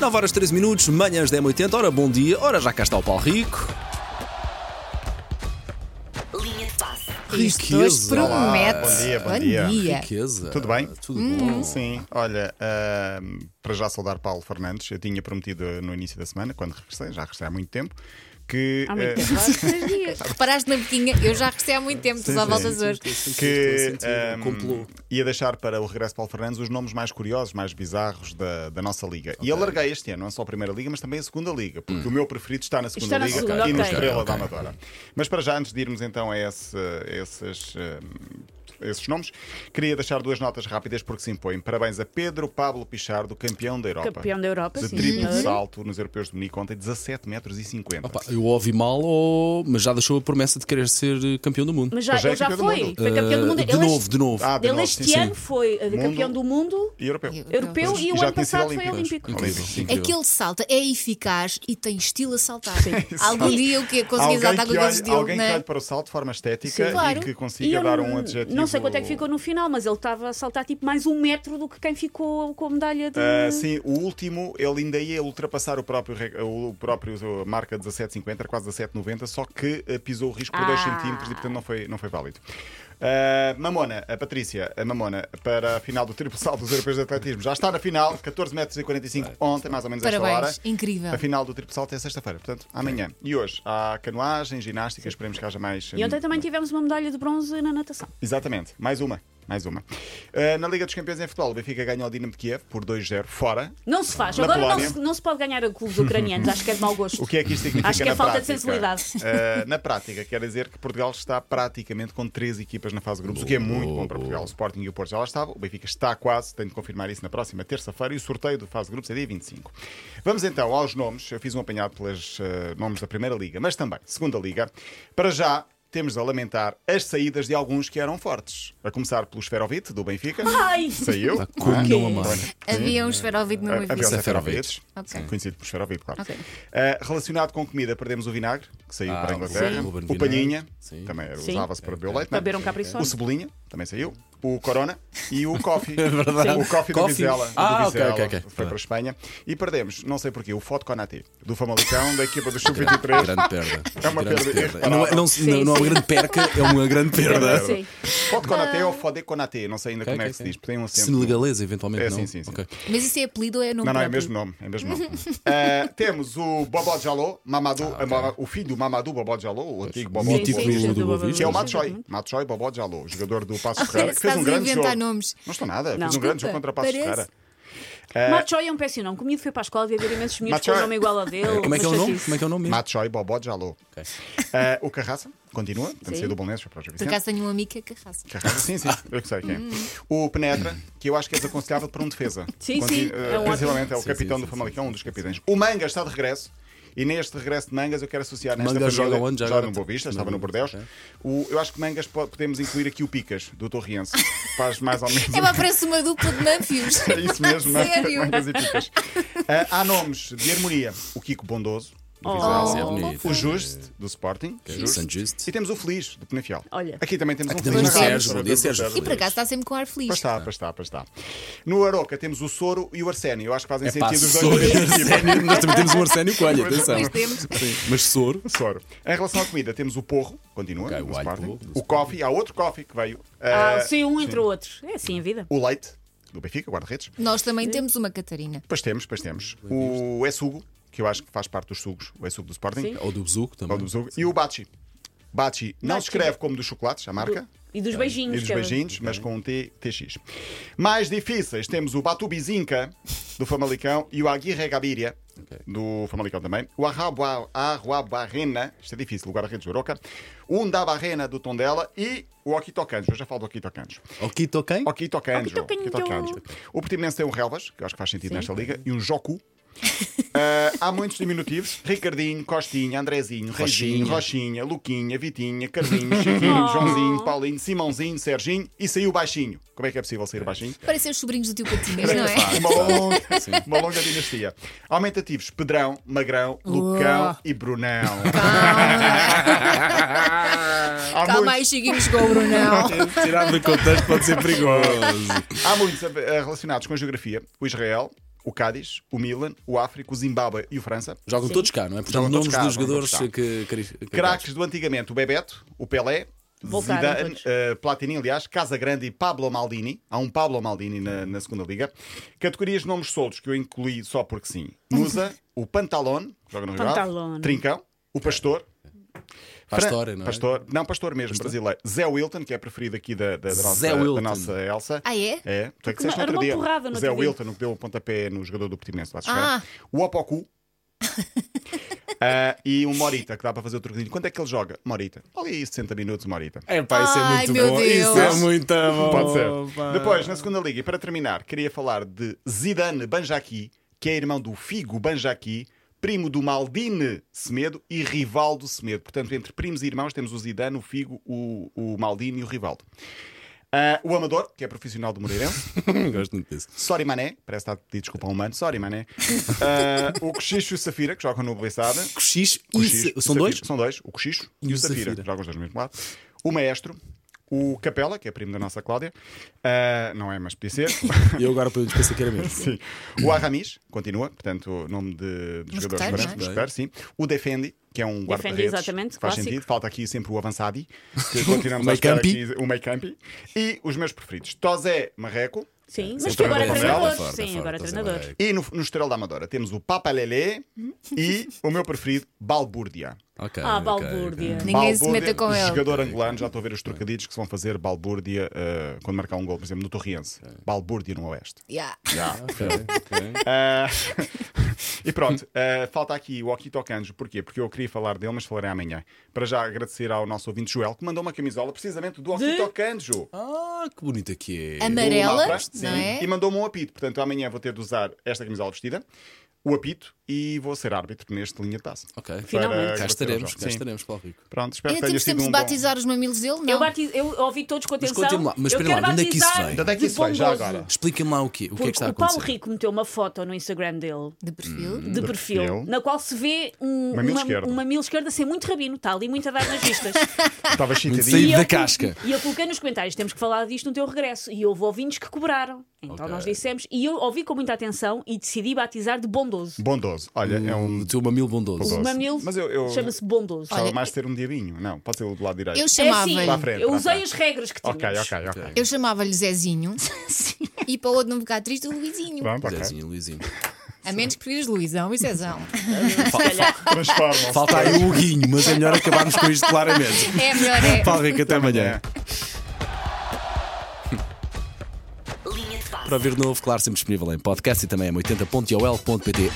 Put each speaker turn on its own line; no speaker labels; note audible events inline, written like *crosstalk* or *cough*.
9 horas 13 minutos, manhãs 10 80 ora bom dia, ora já cá está o Paulo Rico.
Linha de passe.
Riqueza.
hoje promete.
Bom dia, bom dia.
Riqueza.
Tudo bem?
Tudo
Hum.
bom.
Sim, olha, ahm, para já saudar Paulo Fernandes, eu tinha prometido no início da semana, quando regressei, já regressei há muito tempo, que,
Há muito
eh,
tempo.
Reparaste na boquinha, eu já regressei há muito tempo, tu só
sim.
voltas hoje.
que
um,
ahm,
complô.
ia deixar para o regresso de Paulo Fernandes os nomes mais curiosos, mais bizarros da, da nossa liga. E alarguei este ano, não só a primeira liga, mas também a segunda liga, porque o meu preferido está na segunda
Está na
liga
segunda,
e no
ok.
Estrela
Hum. Ok,
da
ok.
Amadora. Mas para já, antes de irmos então a, esse- a esses. ahm, esses nomes, queria deixar duas notas rápidas porque se impõem. Parabéns a Pedro Pablo Pichardo, campeão da Europa.
Campeão da Europa,
de
sim.
triplo
senhor.
salto nos europeus de Munique ontem, 17 metros e 50.
Opa, eu ouvi mal, ou... mas já deixou a promessa de querer ser eh, campeão do mundo.
Mas já,
Mas já é
ele já
campeão do
foi.
mundo.
Foi campeão do mundo.
Eh, de
Ele
novo,
este-
de novo.
Ah, de
Ele
novo,
este
sim, sim.
ano foi eh,
Mundo-
campeão do mundo,
E europeu.
europeu
Pois.
e
E
o
já
ano
tinha sido
passado foi
olímpico.
olímpico.
Incrível, incrível.
Aquele salto é eficaz e tem estilo a saltar. Algum dia o que conseguir
Alguém,
saltar com
que
aquele
olhe,
estilo,
alguém que
né?
olhe para o salto de forma estética
Sim,
e
claro.
que
E
consiga
eu
dar um
não-
adjetivo.
Não sei quanto é que ficou no final, mas ele estava a saltar tipo mais um metro do que quem ficou com a medalha de.
Ah, sim, o último, ele ainda ia ultrapassar o próprio, rec- o próprio marca 1750, era quase 1790, só que ah, pisou o risco por 2
Ah.
centímetros e, portanto, não foi, não foi válido. Ah, Mamona, a Patrícia, a Mamona, para a final do triplo salto dos europeus de atletismo, já está na final, 14 metros e 45 ontem, mais ou menos esta hora.
Parabéns, incrível.
A final do triplo salto é sexta-feira, portanto, amanhã. E hoje há canoagem, ginástica, esperemos que haja mais.
E ontem também tivemos uma medalha de bronze na natação.
Exatamente, mais uma. Mais uma. Ah, na Liga dos Campeões em Futebol, o Benfica ganhou o Dinamo de Kiev por 2-0, fora.
Não se faz.
Na
Agora não
Polónia.
se, não se pode ganhar a clubes ucranianos. Acho que é de mau gosto.
né? *laughs* O que é que isto significa
Acho que é
na
falta de
prática?
sensibilidade.
Ah, na prática, quer dizer que Portugal está praticamente com três equipas na fase de grupos, o que é muito bom para Portugal. O Sporting e o Porto já lá estavam, o Benfica está quase, tenho de confirmar isso na próxima terça-feira, e o sorteio do fase de grupos é dia 25. Vamos então aos nomes, eu fiz um apanhado pelos ah, nomes da Primeira Liga, mas também Segunda Liga. Para já, temos a lamentar as saídas de alguns que eram fortes. A começar pelo Sferovite, do Benfica.
Ai!
Saiu.
Como
quê?
não amar?
Havia um esferovite
É,
no meu
Havia o
vídeo.
Seferovic,
Ok.
sim, é conhecido por Seferovic, claro.
Ok.
Ah, relacionado com comida, perdemos o vinagre, que saiu
Ah,
para a Inglaterra.
sim.
O
Ruben
palhinha,
Sim.
também
Sim.
usava-se para beber o leite.
Para
não é?
beber um caprichone.
O cebolinha, também saiu. O corona e
*laughs*
o coffee.
É verdade.
O coffee do
Coffee.
Vizela. do
Ah, ok,
Vizela,
ok, ok.
Foi para a Espanha. E perdemos, não sei porquê, o Foto Conati, do Famalicão, da equipa do Sub-23.
*laughs* Grande perda.
É uma
Grande
perda
Não, é- não,
Sim,
não, não é
sim.
uma grande perca, é uma grande perda.
Sim.
Sim.
Foto Conati ou Fode Conati, não sei ainda
Ok,
como é
ok,
que se
ok.
diz. porque Tem um acento.
Senegalesa, eventualmente,
É,
não?
sim, sim, sim.
Ok.
Mas isso é apelido ou é nome
Não, não, é
próprio?
mesmo nome. É mesmo nome.
*laughs*
Eh, temos o Bobó Jalô, Mamadou, eh, o filho do Mamadou Bobó Jalô, o antigo Bobó
Ah, Sim,
Mítico
Jalô,
sim,
do,
sim,
do Boa
sim.
Vista.
é que é o
Sim.
Matsoi. Matsoi Bobó Jalô, jogador do Passo
Olha,
Ferreira, que fez
estás
um
a
grande
inventar
jogo.
nomes.
Não estou nada,
Não.
fez um grande jogo
Desculpa,
contra o Passo
parece.
Ferreira.
Machoy é um péssimo nome. Comigo foi para a escola, devia haver imensos miúdos com
Machoy.
um nome igual a dele.
Como é que é o
mas
nome?
chatice.
Como é que é o nome?
Matsoi Bobó Jalô. Eh, o Carraça, continua, portanto saiu do Bolonenses foi para o Gil
Por
Vicente.
acaso tenho um amigo que é carraça.
Carraça, sim, sim, eu que sei quem. é. O Penetra, que eu acho que é desaconselhável para um defesa.
Hum. Sim,
Conti-
sim,
eh,
é um
principalmente é o
Sim,
capitão
sim,
do
sim,
Famalicão, um dos capitães. O Manga está de regresso. E neste regresso de Mangas eu quero associar nesta
Mangas
família,
joga onde? Já
Já
agora?
no Boa Vista, estava no
Mangas,
Bordeus.
ok.
O- eu acho que Mangas po- podemos incluir aqui o Picas, do Torriense.
*laughs*
Faz mais ou menos...
É pá, parece uma dupla de Manfios.
*laughs* É isso mesmo,
Sério?
Mangas e Picas. Ah, há nomes de harmonia. O Kiko Bondoso, do
Oh.
Vizela.
Sim, é bonito.
O Juste, do Sporting. Juste.
St. Just.
E temos o Feliz, do Penafiel.
Olha.
Aqui também temos um
Temos o
Feliz. na rádio.
Sérgio, bom dia, Sérgio.
E por acaso está sempre com ar
Pois
feliz.
está, pois está, pois está. No Aroca temos o Soro e o Arsénio. Eu acho que fazem
É pá,
sentido os
soro
dois.
e Arsénio. Nós também temos um Arsénio Coelho,
é.
atenção.
Pois temos.
Sim, Mas soro.
Soro. Em relação à comida, temos o Porro, continua,
Ok,
do
o alho
Sporting.
porro, do
o Coffee, há outro Coffee que veio.
Ah,
Eh,
sim, um entre o outro. É assim a vida.
O Leite, do Benfica, guarda-redes.
Nós também temos uma Catarina.
Depois temos, depois temos o Essugo, que eu acho que faz parte dos sugos. O Essugo do Sporting.
Sim.
Ou do Bezuco também.
Ou do Sugo. E o Bachi. Bachi não se
Bachi.
escreve como dos chocolates, a marca.
E dos
E
beijinhos.
dos
que é-
beijinhos, mas com um T, TX. Mais difíceis, temos o Batubizinca, do Famalicão, e o Aguirre Gabiria, do Famalicão também. O Arrua- Arruabarrena, isto é difícil, o guarda-redes do Roca. O Undabarrena, do Tondela. E o Oquitocanjo, eu já falo do Oquitocanjo.
O Quito quem? *laughs*
Oquitocanjo.
Oquitocanjo.
Oquitocanjo. O Portimonense tem um Relvas, que eu acho que faz sentido nesta liga, e
*laughs*
um Joku. Ah, há muitos diminutivos: Ricardinho, Costinha, Andrezinho, Reizinho, Rochinha, Luquinha, Vitinha, Carlinho,
*laughs*
Chiquinho,
Oh.
Joãozinho, Paulinho, Simãozinho, Serginho e saiu baixinho. Como é que é possível sair baixinho?
Parecem os sobrinhos do tio Patinhas, não é?
Uma longa, uma longa dinastia. Aumentativos: Pedrão, Magrão, Lucão e Brunão. *laughs* Há
Calma
muitos-
aí, seguimos com o
*laughs*
Brunão. *laughs*
Tirado do contexto pode ser perigoso.
eh, Há muitos eh, relacionados com a geografia. O Israel, o Cádiz, o Milan, o África, o Zimbábue e o França.
Jogam todos cá, não é? Portanto,
Jogam todos
nomes
cá,
dos
jogam
jogadores
todos cá.
que. que-
Craques do antigamente, o Bebeto, o Pelé,
Voltaram
Zidane,
todos.
eh, Platini, aliás, Casa Grande e Pablo Maldini. Há um Pablo Maldini na, na segunda liga. Categorias de nomes soltos que eu incluí só porque sim.
*laughs*
Musa, o Pantalon, joga no
Pantalone.
geral, Trincão, o Pastor. Fran-
Pastor, não é?
Pastor, não, pastor mesmo, brasileiro. Zé Wilton, que é preferido aqui da, da, da
Zé
nossa,
Wilton.
da nossa Elsa.
Ah, é?
É. Tu é que
Era
disseste
uma-
no outro
era uma
dia.
porrada no
Zé
outro dia.
Wilton, o que deu o pontapé no jogador do Portimonense. lá de
Ah.
chegar. O Opoku. *laughs* Ah, e um Morita, que dá para fazer o truquinho. Quanto é que ele joga? Morita. Olha aí, 60 minutos, Morita.
É pá, isso é
Ai,
muito
meu
bom.
Deus.
Isso é muito bom.
Pode ser.
pá.
Depois, na segunda liga, e para terminar, queria falar de Zidane Banjaki, que é irmão do Figo Banjaki, primo do Maldini Semedo e Rivaldo Semedo. Portanto, entre primos e irmãos temos o Zidane, o Figo, o, o Maldini e o Rivaldo. Ah, o Amador, que é profissional do *laughs* Moreirense.
*laughs* Gosto muito disso.
Sorry Mané, parece estar a pedir desculpa a um humano. Sorry Mané. Ah, o Cochicho e o Safira, que jogam no Bessada.
Cochicho e
Cochicho,
Sa- São
Safira.
dois?
São dois, o Cochicho e, o Safira. Jogam os dois no mesmo lado. O Maestro, o Capela, que é primo da nossa Cláudia. Ah, não é, mas podia ser. *laughs*
E eu agora pelo pensei que era mesmo.
Sim. O Aramis, continua, portanto, nome de, de jogador
Mosqueteiro,
esperança,
não é?
mosqueteiro, sim. O Defendi, que é um guarda-redes.
exatamente,
que Faz
clássico.
sentido. Falta aqui sempre o Avançadi, que continuamos
O
a esperar
meio-campi.
aqui o meio campi. E os meus preferidos, Tosé Marreco.
Sim,
Sim,
mas que agora é
também.
treinador.
Fora, fora,
Sim, agora é
fora,
treinador.
também.
E no, no Estrela da Amadora temos o Papa Lelé e o meu preferido, Balbúrdia.
Ok.
Ah,
ok,
balbúrdia.
ok.
Ninguém se
Balbúrdia,
meta com ele.
Jogador angolano, já estou a ver os trocadilhos que se vão fazer Balbúrdia eh, quando marcar um gol, por exemplo, no Torriense. Balbúrdia no Oeste.
Yeah.
Ok, ok.
Ah, *laughs* e pronto, ah, falta aqui o Okito Kanjo. Porquê? Porque eu queria falar dele, mas falarei amanhã. Para já agradecer ao nosso ouvinte Joel, que mandou uma camisola precisamente do Okito Kanjo.
Ah, que bonita que é.
Do
Amarela,
Mafra,
não é?
E mandou-me um apito. Portanto, amanhã vou ter de usar esta camisola vestida, o apito, e vou ser árbitro neste linha de passe.
Ok.
Finalmente.
Para
Cá estaremos,
agradecer ao Joel.
cá
Sim.
estaremos, Paulo Rico.
Pronto, espero
Ainda
que tenha
temos tempo de
sido um bom...
batizar os mamilos dele? Não.
Eu, bati- eu ouvi todos com atenção.
contem-me lá, mas
eu
espera lá,
quero
de onde é que isso
batizar
vem?
De onde é que
de
isso vem? Já
Bongoso.
agora.
Explica-me lá o quê? O que é que
Porque
está a
o Paulo
acontecer?
Rico meteu uma foto no Instagram dele
De perfil?
Hum.
de perfil,
perfil.
na qual se vê um,
Mamilo
uma,
esquerdo.
um mamilo esquerdo a ser muito rabino, está ali muito a dar
*laughs*
nas vistas.
Estava
saído.
chitadinho.
E
da
eu-
casca.
E eu coloquei nos comentários: temos que falar disto no teu regresso. E houve ouvintes que cobraram. Então
Ok.
nós dissemos, e eu ouvi com muita atenção e decidi batizar de bondoso.
Bondoso. Olha, é um...
O teu mamilo bondoso.
Bondoso.
O mamilo
Mas eu- eu-
chama-se bondoso.
Gostava
Olha,
mais de ter um diabinho. Não, pode ser o do lado direito.
Eu
É assim,
chamava-lhe
Para a frente,
eu
para a
usei
frente.
as regras que tínhamos.
Ok, ok, ok.
eu chamava-lhe Zezinho
*laughs*
e para o outro não ficar triste, o Luizinho.
Pronto, ok.
Zezinho, Luizinho.
A menos que prefires Luizão e
*laughs*
Zezão.
Transformam-se.
Falta aí o Huguinho, mas é melhor acabarmos com isto
*laughs*
claramente.
É melhor, é.
Paulo Rico, até amanhã.
amanhã.
Linha de passe.
Para ver de novo, claro, sempre disponível em podcast e também em 80.ol.pt.